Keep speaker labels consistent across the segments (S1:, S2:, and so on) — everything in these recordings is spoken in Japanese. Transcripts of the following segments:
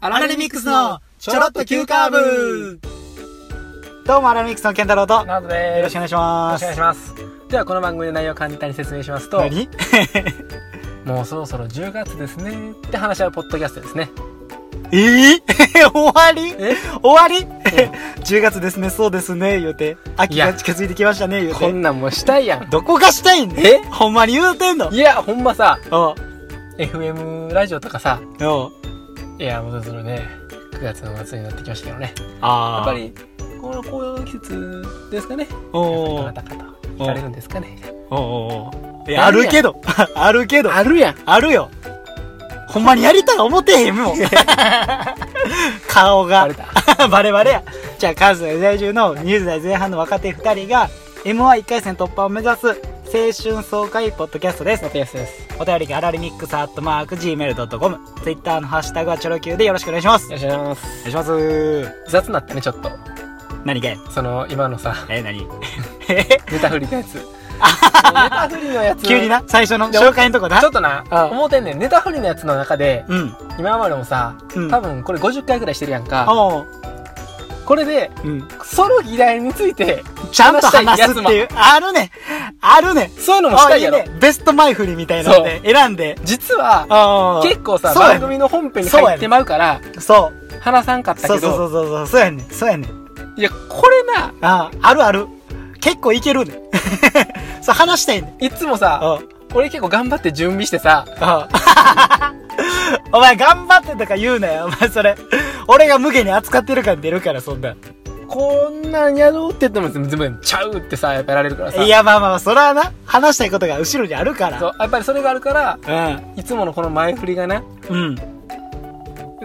S1: アラレミックスのちょろっと急カーブ
S2: どうもアラミックスの健太郎とよ
S1: などです
S2: ろしくお願いしま
S1: よろし
S2: す
S1: くお願いしますではこの番組の内容を簡単に説明しますと
S2: 何
S1: もうそろそろ10月ですねって話し合うポッドキャストですね
S2: えー、終わり
S1: え
S2: 終わり 10月ですねそうですね言うて秋
S1: い
S2: が
S1: や
S2: 近づいてきましたね言う
S1: こん
S2: て
S1: なんもうしたいやん
S2: どこがしたいん
S1: え
S2: ほんまに言うてんの
S1: いやほんまさ
S2: おう
S1: FM ラジオとかさ
S2: おう
S1: いやもうそろね9月の末になってきましたけどね
S2: ああ
S1: やっぱりこの紅葉の季節ですかね
S2: お
S1: ど
S2: う
S1: なたかと聞かれるんですかね
S2: おうおうおういやあるけど あるけど
S1: あるやん
S2: あるよほんまにやりたい思ってへ んもん顔が
S1: バレた
S2: バレバレや。じゃあ、関西在住の20代前半の若手2人が、M11 回戦突破を目指す、青春爽快ポッドキャストです
S1: ま。たやすです
S2: お便りがアラリミックスアットマーク Gmail.com。Twitter のハッシュタグはチョロ Q でよろしくお願いします。
S1: よろしくお願いします
S2: お願いします。
S1: 雑なったねちょっと
S2: 何がい
S1: その今のさ
S2: え、何
S1: ネタフリのやつネタフリのやつ
S2: 急にな、最初の紹介のとこな
S1: ちょ。っとな
S2: ああ
S1: 思ってんねんネタフリのやつの中で
S2: うん。
S1: 今までもさ
S2: うん。
S1: 多分これ50回ぐらいしてるやんか
S2: おう
S1: これで
S2: うん。
S1: その議題について
S2: ちゃんと話すっていう。あるね。あるね。
S1: そういうのもし
S2: あ、
S1: た
S2: い
S1: い
S2: い
S1: やろ
S2: ね。ベスト前振りみたいなので選んで。
S1: 実は
S2: ああ。
S1: 結構さ
S2: そうやね
S1: 番組の本編に入ってまうから
S2: そう。
S1: 話さんかった
S2: そう
S1: け
S2: そう
S1: ど
S2: そうそうそうそうやねんそうやねん
S1: いやこれな
S2: あああるある結構いけるね そう話したいねん
S1: いつもさ
S2: あ
S1: 俺結構頑張って準備してさ
S2: あ お前頑張ってとか言うなよお前それ俺が無限に扱ってる感出るからそんな
S1: こんなんやろうって言っても全部ちゃうってさやっぱやられるからさ
S2: いやまあまあまあそれはな話したいことが後ろにあるから
S1: そうやっぱりそれがあるから
S2: う
S1: いつものこの前振りがなん
S2: う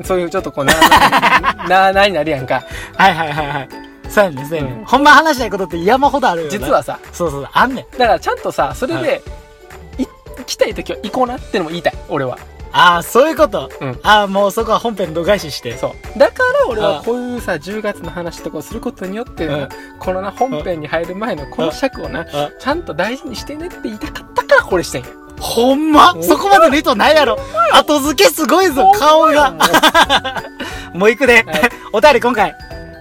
S2: ん
S1: そういうちょっとこ うなあなあなあになるやんか
S2: はいはいはいはいそうやねんそうやねん、
S1: うん
S2: ほんま話したいことって山ほどあるよな
S1: 実はさ
S2: そうそうそうあんねん
S1: だからちゃんとさそれ
S2: は
S1: で、い行きたい時は行こうなってのも言いたい俺は
S2: ああそういうこと、
S1: うん
S2: ああもうそこは本編度外視して
S1: そうだから俺
S2: あ
S1: は
S2: あ
S1: こういうさ10月の話とかをすることによって、
S2: うん
S1: このな本編に入る前のこの尺をな
S2: あ
S1: ちゃんと大事にしてねって言いたかったからこれしてんよ
S2: ほんま
S1: ほんま
S2: そこまでの意図ないやろ後付けすごいぞ顔
S1: ほんまやもう
S2: がもう行くで、
S1: はい
S2: お便り今回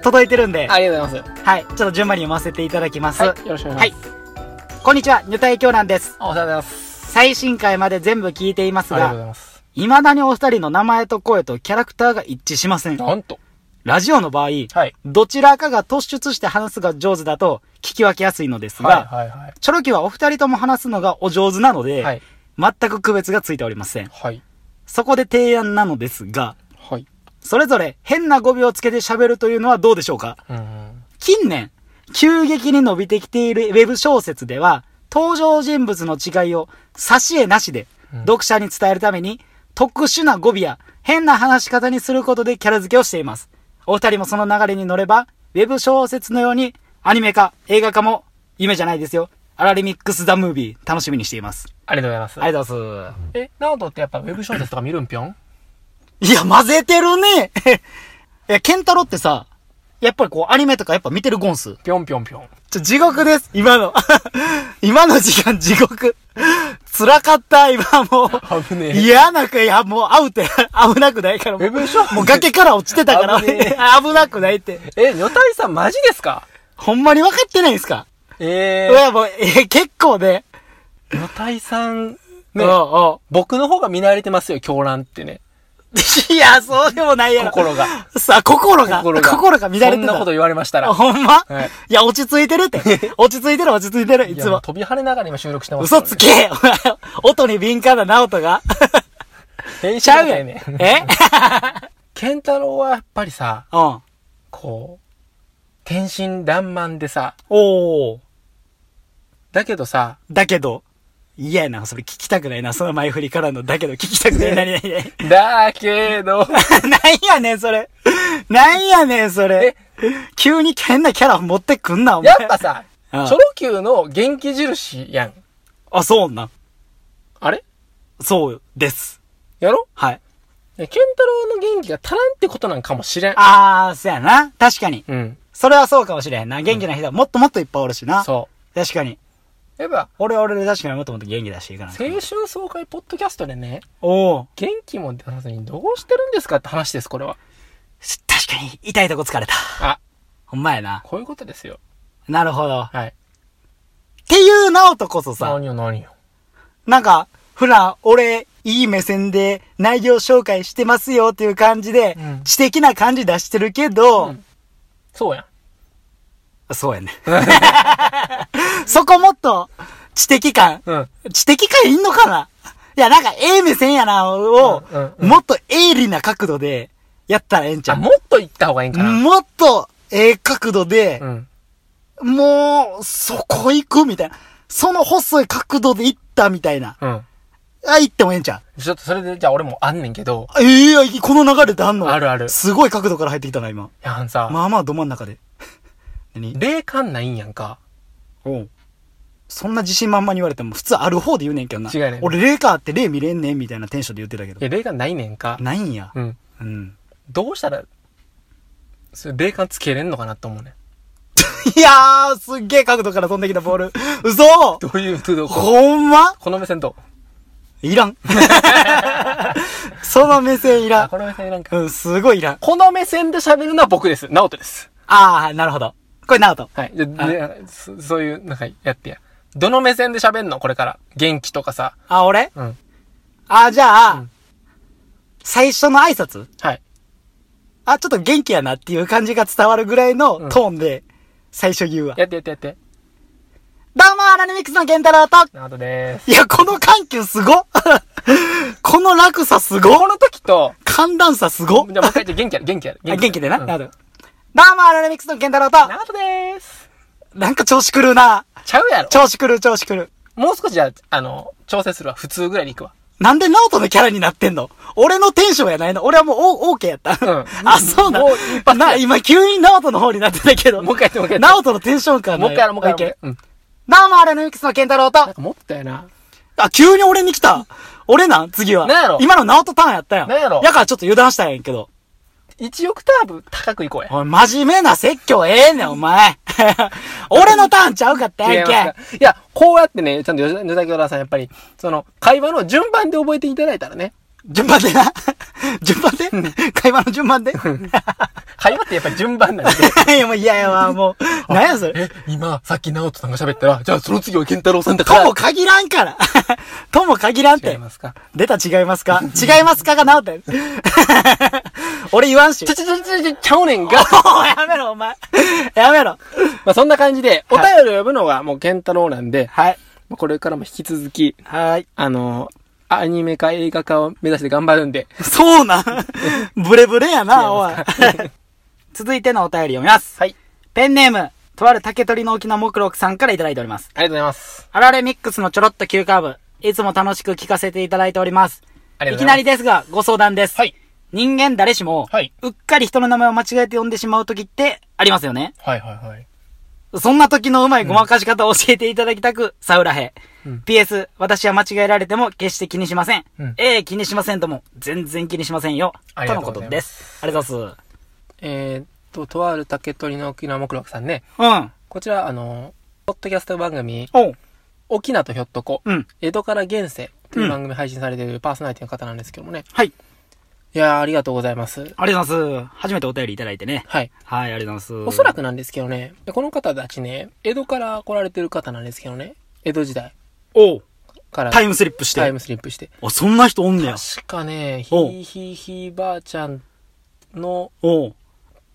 S2: 届いてるんで、
S1: ありがとうございま
S2: はい、ちょっと順番に読ませていただきます
S1: す。はいよろしくお願いします、
S2: こんにちは、女体狂乱です。
S1: お世話でございます
S2: 最新回まで全部聞いています
S1: ありがとうご
S2: が、
S1: ざいます
S2: 未だにお二人の名前と声とキャラクターが一致しません。
S1: なんと
S2: ラジオの場合、
S1: はい
S2: どちらかが突出して話すが上手だと聞き分けやすいのですが、
S1: はいはい
S2: チョロキはお二人とも話すのがお上手なので、
S1: はい
S2: 全く区別がついておりません。
S1: はい
S2: そこで提案なのですが、
S1: はい
S2: それぞれ変な語尾をつけて喋るというのはどうでしょうか
S1: うんうん
S2: 近年、急激に伸びてきているウェブ小説では、登場人物の違いを差し絵なしで
S1: うん
S2: 読者に伝えるために、特殊な語尾や変な話し方にすることでキャラ付けをしています。お二人もその流れに乗れば、ウェブ小説のようにアニメ化、映画化も夢じゃないですよ。アラレミックス・ザ・ムービー楽しみにしています。
S1: ありがとうございます
S2: ありがとうございま
S1: えナオトってやっぱウェブ小説とか見るんぴょん
S2: す。いや、混ぜてるね いや、ケンタロってさ、やっぱりこうアニメとかやっぱ見てるゴンス
S1: ぴょんぴょんぴょん
S2: ちょ、地獄です、今の。 今の時間地獄。辛かった、今も
S1: 危ね
S2: う。
S1: え
S2: 嫌なく、いや、もうアウトや、危なくないから。も
S1: ウェブ小説
S2: う崖から落ちてたから、
S1: 危ねえ
S2: 危なくないって。
S1: え、女体さんマジですか
S2: ほんまに分かってないんすか、
S1: え
S2: いや、もう、え、結構ね。
S1: ー、女体さん、
S2: ね
S1: ね、
S2: おうお
S1: 僕の方が見慣れてますよ、狂乱ってね。
S2: う いや、そうでもないやろ。
S1: 心が。
S2: さあ、心が、心が乱れてた。
S1: そんなこと言われましたら。
S2: ほんま、
S1: はい
S2: い、や、落ち着いてる って。落ち着いてる、落ち着いてる、い
S1: い
S2: つ
S1: や、も
S2: も
S1: う。飛び跳ねながら今収録してます、
S2: 嘘つけ 音に敏感な直人が。
S1: 編
S2: ち
S1: 集
S2: ゃ
S1: 者
S2: う
S1: や
S2: やん
S1: ね。。
S2: え
S1: ケンタロウはやっぱりさ、
S2: うん。
S1: こう、天真爛漫でさ、
S2: おお。
S1: だけどさ、
S2: だけど、嫌やな、それ聞きたくないな、その前振りからの、だけど聞きたくない。なになになに
S1: だけど、
S2: なんやねん、それ。なんやねん、それ。急に変なキャラ持ってくんな、お前
S1: や。っぱさ、チ
S2: うん
S1: ョロ Q の元気印やん。
S2: あ、そうな。
S1: あれ
S2: そうです。
S1: やろ
S2: はい。
S1: ケンタロウの元気が足らんってことなんかもしれん。
S2: あー、そうやな。確かに。
S1: うん。
S2: それはそうかもしれへんな。元気な人はもっともっといっぱいおるしな。
S1: そ
S2: 確かに。
S1: う。やっぱ、
S2: 俺は俺で確かにもっともっと元気出していかないと。
S1: 青春爽快ポッドキャストでね、
S2: おお。
S1: 元気も出さずにどうしてるんですかって話です、これは。
S2: し確かに、痛いとこ疲れた。
S1: あ、
S2: ほんまやな。
S1: こういうことですよ。
S2: なるほど。っ
S1: はい。
S2: ていう直人こそさ、
S1: 何よ何よ。
S2: なんか、普段、俺、いい目線で内容紹介してますよっていう感じで、
S1: うん
S2: 知的な感じ出してるけど、
S1: うんそうやん。
S2: そう やね。そこもっと、知的感、
S1: うん。
S2: 知的感いんのかないや、なんか、ええ目線やな、を、
S1: うんうんうん
S2: もっと鋭利な角度で、やったらええんちゃ
S1: あ、
S2: う
S1: もっと行った方がいいんかな。
S2: もっと、ええ角度で、
S1: うん。
S2: もう、そこ行くみたいな。その細い角度で行ったみたいな。
S1: うん。
S2: あ、行ってもええんちゃ
S1: ちょっとそれで、じゃあ俺もあんねんけど、
S2: うええこの流れであんの
S1: あるある
S2: すごい角度から入ってきたな、今。
S1: いや、あのさ、
S2: まあまあ、ど真ん中で。 何
S1: 霊感ないんやんか。
S2: おうそんな自信満々に言われても、普通ある方で言うねんけどな。
S1: 違うねん
S2: 俺、霊かって霊見れんねん、みたいなテンションで言ってたけど
S1: い。や、霊感ないねんか。
S2: ないんや。
S1: うん。
S2: うん。
S1: どうしたら、それ霊感つけれんのかなと思うねん。
S2: いやー、すっげえ角度から飛んできたボール。嘘
S1: どういう、どうこ
S2: ほんま
S1: この目線どう
S2: いらん。 その目線いら
S1: あ、
S2: ん
S1: こ。の目線なんか。
S2: うん、すごいいらん。
S1: この目線で喋るのは僕です。ナオトです。
S2: あー、なるほど。これナオト。
S1: はい。じゃ、ね、そそういう、なんか、やってや。どの目線で喋んのこれから。元気とかさ。
S2: あ、俺
S1: うん。
S2: あ、じゃあ、
S1: うん
S2: 最初の挨拶
S1: はい。
S2: あ、ちょっと元気やなっていう感じが伝わるぐらいのトーンで、最初言うわ。
S1: やってやってやって。
S2: どうも、アラニミックスのケンタロウと
S1: ナオトでーす。
S2: いや、この緩急すごっ この落差すごっ
S1: この時と、
S2: 寒暖差すごっ
S1: じゃあもう一回、じゃあ元気やる、元気やる。
S2: あ元気でな。
S1: うん
S2: なるほど。どうも、アラニミックスのケンタロウと
S1: ナオトでーす。
S2: なんか調子狂うな。
S1: ちゃうやろ。
S2: 調子狂う、調子狂う。
S1: もう少しじゃあ、あの、調整するわ。普通ぐらいに行くわ。
S2: なんでナオトのキャラになってんの俺のテンションやないの俺はもうオーケーやった。
S1: ん
S2: あ、そうな
S1: もう一
S2: の
S1: 発や
S2: な、今急にナオトの方になってたけど。
S1: もう一回やってもう一回やって
S2: ナオトのテンション感
S1: もう一回やろう、もう一回やろう。もう一
S2: ど
S1: 回うん。
S2: うも、アラニミックスのケンタロウと
S1: なん。かもっとやな。
S2: あ、急に俺に来た。俺なん次は。
S1: なんやろ
S2: 今のナオトターンやったやん。
S1: なんやろ
S2: からちょっと油断したんやんけど。
S1: 1オクターブ高くいこうや。
S2: おい、真面目な説教ええねん、お 前。俺のターンちゃうかった
S1: 違い
S2: や
S1: ま
S2: ん
S1: すか。
S2: け
S1: いや、こうやってね、ちゃんと吉田吉田京太さん、やっぱり、その、会話の順番で覚えていただいたらね。
S2: 順番でな。順番で会話の順番で い
S1: 会話ってやっぱり順番なんで。
S2: や、もう嫌やわ、もう。何やそれ。
S1: え、今、さっき直人さんが喋ったら、じゃあその次は健太郎さんだ
S2: とも限らんから。 とも限らんっ
S1: 違い
S2: て。
S1: ますか
S2: 出た違いますか違いますかが直ったよ 俺言わんし
S1: ち。ょちょちょちょちょ、ちゃうねんが。
S2: おいやめろ、お前。やめろ。
S1: まあそんな感じで、お便りを呼ぶのがもう健太郎なんで、
S2: はい。
S1: まあこれからも引き続き、
S2: はい。
S1: あの、アニメ化映画化を目指して頑張るんで。
S2: そ うなん。ブレブレやな、おい
S1: 違いますか。
S2: 続いてのお便り読みます。
S1: はい。
S2: ペンネーム、とある竹取の沖縄目録さんからいただいております。
S1: ありがとうございます。
S2: あられミックスのちょろっと急カーブ、いつも楽しく聞かせていただいております。
S1: あり
S2: い
S1: が
S2: き
S1: とうござます。
S2: ないりですが、ご相談です。
S1: はい。
S2: 人間誰しも、
S1: はい。
S2: うっかり人の名前を間違えて呼んでしまう時ってありますよね。
S1: はいはいはい。
S2: そんな時のうまいごまかし方を教えていただきたく、サウラヘ。PS、私は間違えられても決して気にしません。
S1: うん
S2: ええ気にしませんとも、全然気にしませんよ。
S1: あり
S2: と
S1: が
S2: の
S1: とうご
S2: こ
S1: ざいます
S2: とです。ありがとうございます。
S1: えーっと、とある竹取の沖縄目録さんね。
S2: うん。
S1: こちら、あの、ポッドキャスト番組、
S2: おう。
S1: 沖縄とひょっとこ、
S2: うん。
S1: 江戸から現世という番組配信されているパーソナリティの方なんですけどもね。
S2: はい。
S1: いやー、ありがとうございます。
S2: ありがとうございます。初めてお便りいただいてね。
S1: はい。
S2: はい、ありがとうございます。
S1: おそらくなんですけどね、この方たちね、江戸から来られてる方なんですけどね、江戸時代
S2: おう。
S1: から
S2: タイムスリップして。
S1: タイムスリップして。
S2: あ、そんな人おんねや。
S1: 確かね、ひ
S2: おう
S1: ーひーひーばあちゃんの
S2: おう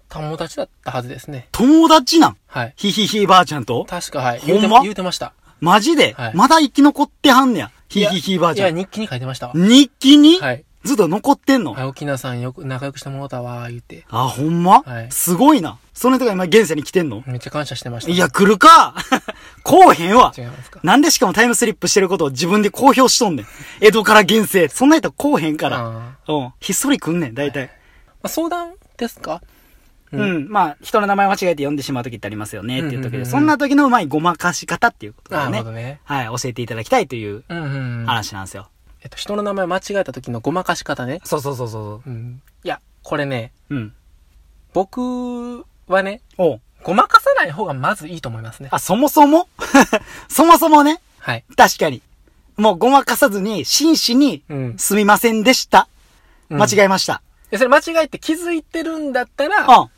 S1: 友達だったはずですね。
S2: 友達なん
S1: はい。
S2: ひひひばあちゃんと
S1: 確か、はい。
S2: ほん
S1: 言
S2: ま
S1: うて言うてました。
S2: マジで、
S1: はい
S2: まだ生き残ってはんねや。ひ
S1: や
S2: ひひばあちゃ
S1: い
S2: ん。
S1: や、日記に書いてましたわ。
S2: 日記に、
S1: はい。
S2: ずっと残ってんの、
S1: はい、沖縄さんよく仲良くしてもらったわ、言って。
S2: あ、ほんま、
S1: はい
S2: すごいな。その人が今現世に来てんの、
S1: めっちゃ感謝してました。
S2: いや、、来るか こうへんわ
S1: 違い。ますか。
S2: なんでしかもタイムスリップしてることを自分で公表しとんねん。江戸から現世。そんな人こうへんか
S1: あ
S2: ら。
S1: ーま
S2: うん。ひっそり来んねん、大体。
S1: あ、相談ですか
S2: うん、まあ、人の名前間違えて呼んでしまう時ってありますよね、ってい
S1: う
S2: う時
S1: んうんうんう
S2: で。
S1: ん
S2: そんな時のうまいごまかし方っていうこと
S1: な
S2: だ
S1: る
S2: ね
S1: ほ。どね。
S2: はい、教えていただきたいという
S1: うんうんうん。
S2: 話なんですよ。
S1: えっと、人の名前間違えた時のごまかし方ね。
S2: そうそうそうそ
S1: うん。いや、これね、
S2: う。うん。
S1: 僕はね、
S2: おう
S1: ごまかさない方がまずいいと思いますね。
S2: あ、そもそも そもそもね、
S1: はい。
S2: 確かに。もうごまかさずに、真摯に、
S1: うん
S2: すみませんでした。間違えました。
S1: でそれ間違えて気づいてるんだったら、
S2: う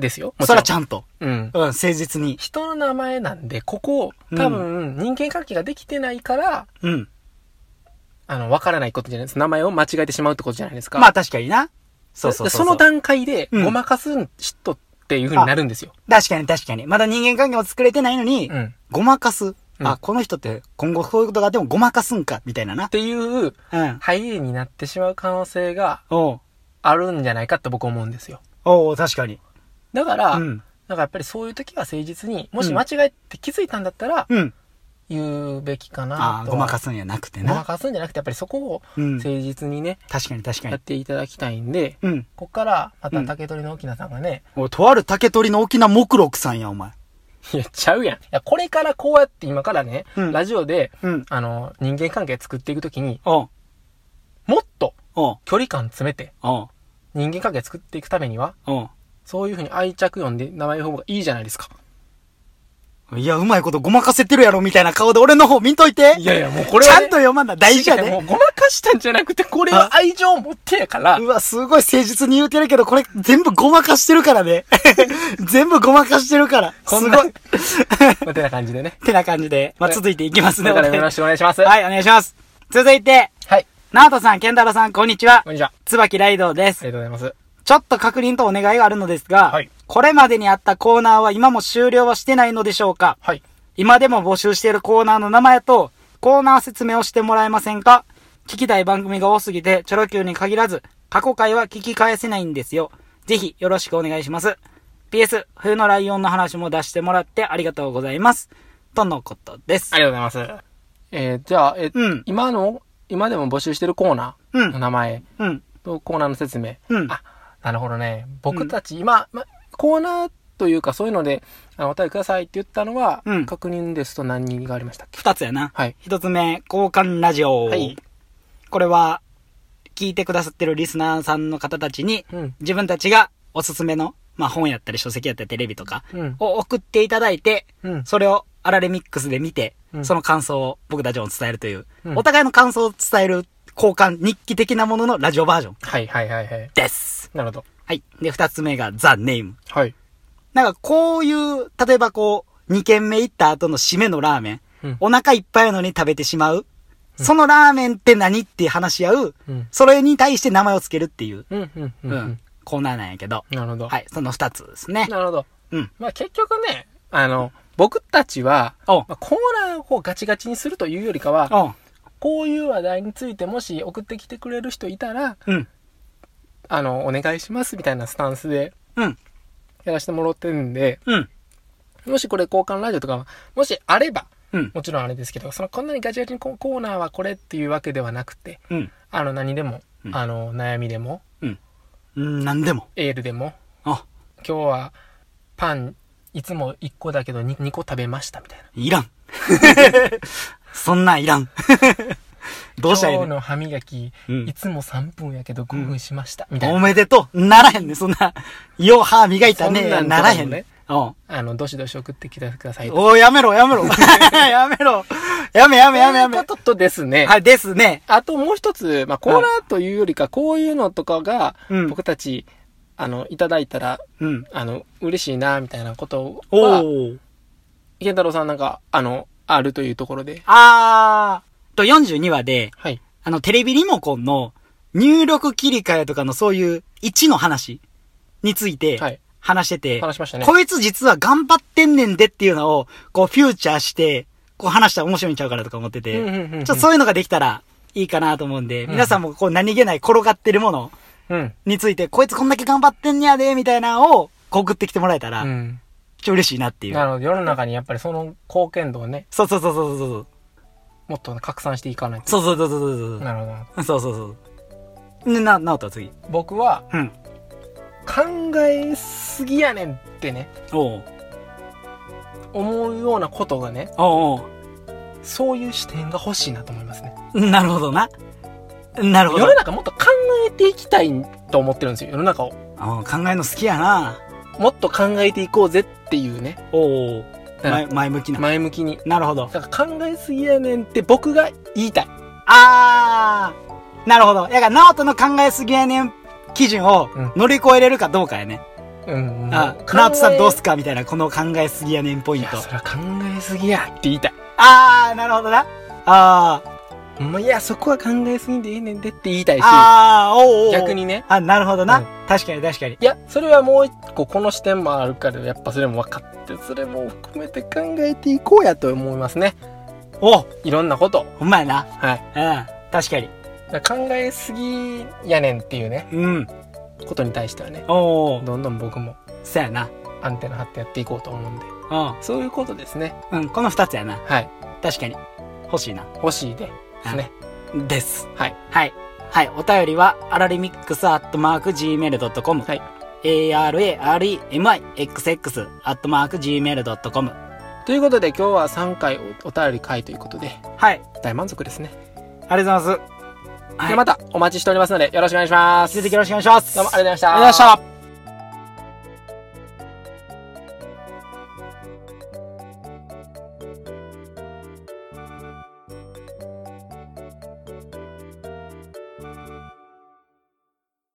S1: ですよ。
S2: ん。そらち
S1: ゃん。
S2: ゃんと。
S1: うん。
S2: うん、誠実に。
S1: 人の名前なんで、ここ、
S2: うん
S1: 多分、人間関係ができてないから、
S2: うん。
S1: あの、わからないことじゃないです。名前を間違えてしまうってことじゃないですか。
S2: まあ確かにな。そうそうそう
S1: でその段階で、
S2: うん
S1: ごまかす人っていう風になるんですよ。
S2: 確かに確かに。まだ人間関係も作れてないのに、
S1: うん。っ
S2: ごまかす。
S1: う
S2: あ、
S1: ん
S2: この人って今後こういうことがあってもごまかすんか、みたいなな。
S1: ていう、
S2: うん。
S1: 入りになってしまう可能性が
S2: おう
S1: あるんじゃないかって僕思うんですよ。
S2: おう確かに。
S1: だから、
S2: うん。
S1: なんかやっぱりそういう時は誠実に、もし間違えて気づいたんだったら、
S2: うん。
S1: 言うべきか
S2: あ
S1: な
S2: あ、
S1: と。
S2: ごまかすんやなくて
S1: ごま
S2: な。
S1: かすんじゃなくて、やっぱりそこを
S2: うん。
S1: 誠実にね、
S2: 確かに確か
S1: や
S2: に
S1: っ。ていただきたいんで、
S2: うん。
S1: こっから、ま
S2: う
S1: た
S2: ん
S1: 竹取の沖縄さんがね、
S2: おいとある竹取の沖縄目録さんや、お前。
S1: いや、ちゃうやん。いや、これからこうやって今からね、
S2: うん
S1: ラジオで、
S2: うん。
S1: あの、人間関係作っていくときに、
S2: おう
S1: もっと
S2: おう
S1: 距離感詰めて、
S2: おう
S1: 人間関係作っていくためには、
S2: お
S1: そういうふうに愛着読んで名前の方がいいじゃないですか。
S2: ういや、うまいことごまかせてるやろ、みたいな顔で俺の方見といて。
S1: いやいや、もうこれ
S2: ち
S1: は、
S2: ゃんと読まんな。大事や
S1: も
S2: ね。
S1: うごまかしたんじゃなくて、これは愛情を持ってやから
S2: う、わ、すごい誠実に言うてるけど、これ全部ごまかしてるか らね。全部ごまかしてるから。す
S1: こ
S2: ご
S1: ん
S2: い。
S1: な
S2: っ
S1: まあてな感じでね。
S2: てな感じで、まあ、続いていきますね。
S1: だからよろしくお願いします。。
S2: はいい、お願いします。続いて、
S1: はい。
S2: ナオトさん、ケンタロウさん、こんにちは
S1: こん。にちは。
S2: 椿ライドウで
S1: あ
S2: す。
S1: りがとうございます。
S2: ちょっと確認とお願いがあるのですが、
S1: はい
S2: これまでにあったコーナーは今も終了はしてないのでしょうか
S1: はい。
S2: 今でも募集しているコーナーの名前と、コーナー説明をしてもらえませんか聞きたい番組が多すぎて、チョロ Q に限らず、過去回は聞き返せないんですよ。ぜひ、よろしくお願いします。PS、冬のライオンの話も出してもらってありがとうございます。とのことです。
S1: ありがとうございます。えー、じゃあ、え、
S2: うん
S1: 今の、今でも募集してるコーナ
S2: う
S1: ーの
S2: ん、
S1: 名前
S2: うん、
S1: とコーナーの説明。
S2: うん。
S1: あ、なるほどね。僕たち、今、ま、コーナーというかそういうので、あの、お便りくださいって言ったのは、
S2: うん
S1: 確認ですと何がありましたっけ
S2: 二つやな。
S1: はい。
S2: 一つ目、交換ラジオ。
S1: はい
S2: これは、聞いてくださってるリスナーさんの方たちに、
S1: うん。
S2: 自分たちがおすすめの、まあ本やったり書籍やったりテレビとか
S1: うん。
S2: を送っていただいて、
S1: うん。
S2: それをあられミックスで見て、
S1: うん
S2: その感想を僕たちも伝えるという、
S1: うん
S2: お互いの感想を伝える交換、日記的なもののラジオバージョン
S1: はいはいはいはい。
S2: です。
S1: なるほど。
S2: はい。で、二つ目がザ・ネーム。
S1: はい。
S2: なんかこういう、例えばこう、二軒目行った後の締めのラーメン、
S1: うん
S2: お腹いっぱいなのに食べてしまう。そのラーメンって何って話し合う。
S1: うん。
S2: それに対して名前をつけるっていう、
S1: うん。うん。
S2: う、
S1: うんん。うん。
S2: コーナーなんやけど。
S1: なるほど。
S2: はい、その二つですね。
S1: なるほど。
S2: うん。
S1: まあ結局ね、あの、僕たちは、
S2: おう
S1: まあ、コーナーをこうガチガチにするというよりかは、
S2: おう
S1: こういう話題についてもし送ってきてくれる人いたら、
S2: うん。
S1: あの、お願いしますみたいなスタンスで
S2: うん。
S1: やらせてもらってるんで、
S2: うん。
S1: もしこれ交換ラジオとか、もしあれば、
S2: うん。
S1: もちろんあれですけど、そのこんなにガチガチにココーナーはこれっていうわけではなくて、
S2: うん。
S1: あの何でも、
S2: うん
S1: あの悩みでも、
S2: うん。何でも。
S1: エールでも、
S2: あ、
S1: 今日はパンいつも1個だけど 2, 個食べましたみたいな。
S2: いらん。そんなんいらん。どうしたらいい
S1: 今日
S2: の
S1: の歯磨き、
S2: うん
S1: いつも3分やけど5分しました、みたい
S2: お
S1: な。
S2: めでとう。ならへんね。そんな、よ、歯磨いた
S1: そ
S2: ね。
S1: んなんとかもね
S2: ならへんね。おう
S1: あの、どしどし送ってきてください。と
S2: おうやめろ、や めろ。やめろ。やめ、やめ、やめ、やめ
S1: いう。こととですね、
S2: はい、ですね。
S1: あともう一つ、まあ、コーナーというよりか、こういうのとかが
S2: うん、
S1: 僕たち、あの、いただいたら、
S2: うん。
S1: あの、嬉しいな、みたいなことは、
S2: おお。
S1: 健太郎さんなんか、あの、あるというところで。
S2: あー。と、42話で、
S1: はい。
S2: あの、テレビリモコンの入力切り替えとかのそういう1の話について
S1: はい。
S2: 話してて、
S1: 話しましたね。
S2: こいつ実は頑張ってんねんでっていうのを、こうフューチャーして、こう話したら面白いんちゃうからとか思ってて、
S1: うんうんうんうん
S2: ちょっとそういうのができたらいいかなと思うんで、
S1: うん
S2: 皆さんもこう何気ない転がってるもの
S1: うん。
S2: について、こいつこんだけ頑張ってんねやで、みたいなのを、こう送ってきてもらえたら、
S1: う
S2: ちょっ
S1: ん。
S2: と嬉しいなっていう。
S1: なるほど。世の中にやっぱりその貢献度をね、
S2: そうそうそうそうそう。
S1: もっと拡散していかないと。
S2: そうそうそうそうそうそう。
S1: なるほどなるほ
S2: そうそうそう。ねな、なおとは次。
S1: ど。僕は、
S2: うん。
S1: 考えすぎやねんってね、
S2: おう
S1: 思うようなことがね、
S2: おうおう
S1: そういう視点が欲しいなと思いますね。
S2: なるほどな。なるほ
S1: 世
S2: ど
S1: の。中もっと考えていきたいと思ってるんですよ、世の中を。
S2: あ考えるの好きやな。
S1: もっと考えていこうぜっていうね。
S2: おお。
S1: だから
S2: 前前向きな。
S1: 前向きに。
S2: なるほど。
S1: だから考えすぎやねんって僕が言いたい。
S2: あー。なるほど。やが、ナオトの考えすぎやねん基準を
S1: うん
S2: 乗り越えれるかどうかやね。
S1: うん。
S2: あ
S1: も、う
S2: ナーツさんどうす
S1: 考
S2: かみたいな、この考えすぎやねんポイ
S1: えい
S2: ン
S1: や、
S2: ト。
S1: それは考えすぎやって言いたい。
S2: あー、なるほどな。あー、
S1: ほんまいや、そこは考えすぎんでええねんでって言いたいし、
S2: あー、おうおうおう
S1: 逆。にね。
S2: あ、なるほどな。
S1: うん
S2: 確かに確かに。
S1: いや、それはもう一個この視点もあるから、やっぱそれも分かって、それも含めて考えていこうやと思いますね。
S2: お
S1: いろんなこと。
S2: ほんまやな。
S1: はい。
S2: うん。確かに。
S1: だから考えすぎやねんっていうね、
S2: うん。
S1: ことに対してはね、
S2: おうおう
S1: どんどん僕も
S2: そやな。
S1: アンテナ張ってやっていこうと思うんで。
S2: う
S1: そういうことですね。
S2: ん。うん、この二つやな。
S1: はい。
S2: 確かに。欲しいな。
S1: 欲しいで。ですね。
S2: です。
S1: はい。
S2: はい。はい。お便りは、アラレミックスアットマーク Gmail.com。
S1: はい。
S2: araremixx アットマーク Gmail.com。
S1: ということで今日は3回おお便り会ということで、
S2: はい。
S1: 大満足ですね。
S2: ありがとうございます。
S1: ではまたお待ちしておりますので、よろしくお願いします。
S2: 引き続きよろしくお願いします。
S1: どうもありがとうございました。
S2: ありがとうございました。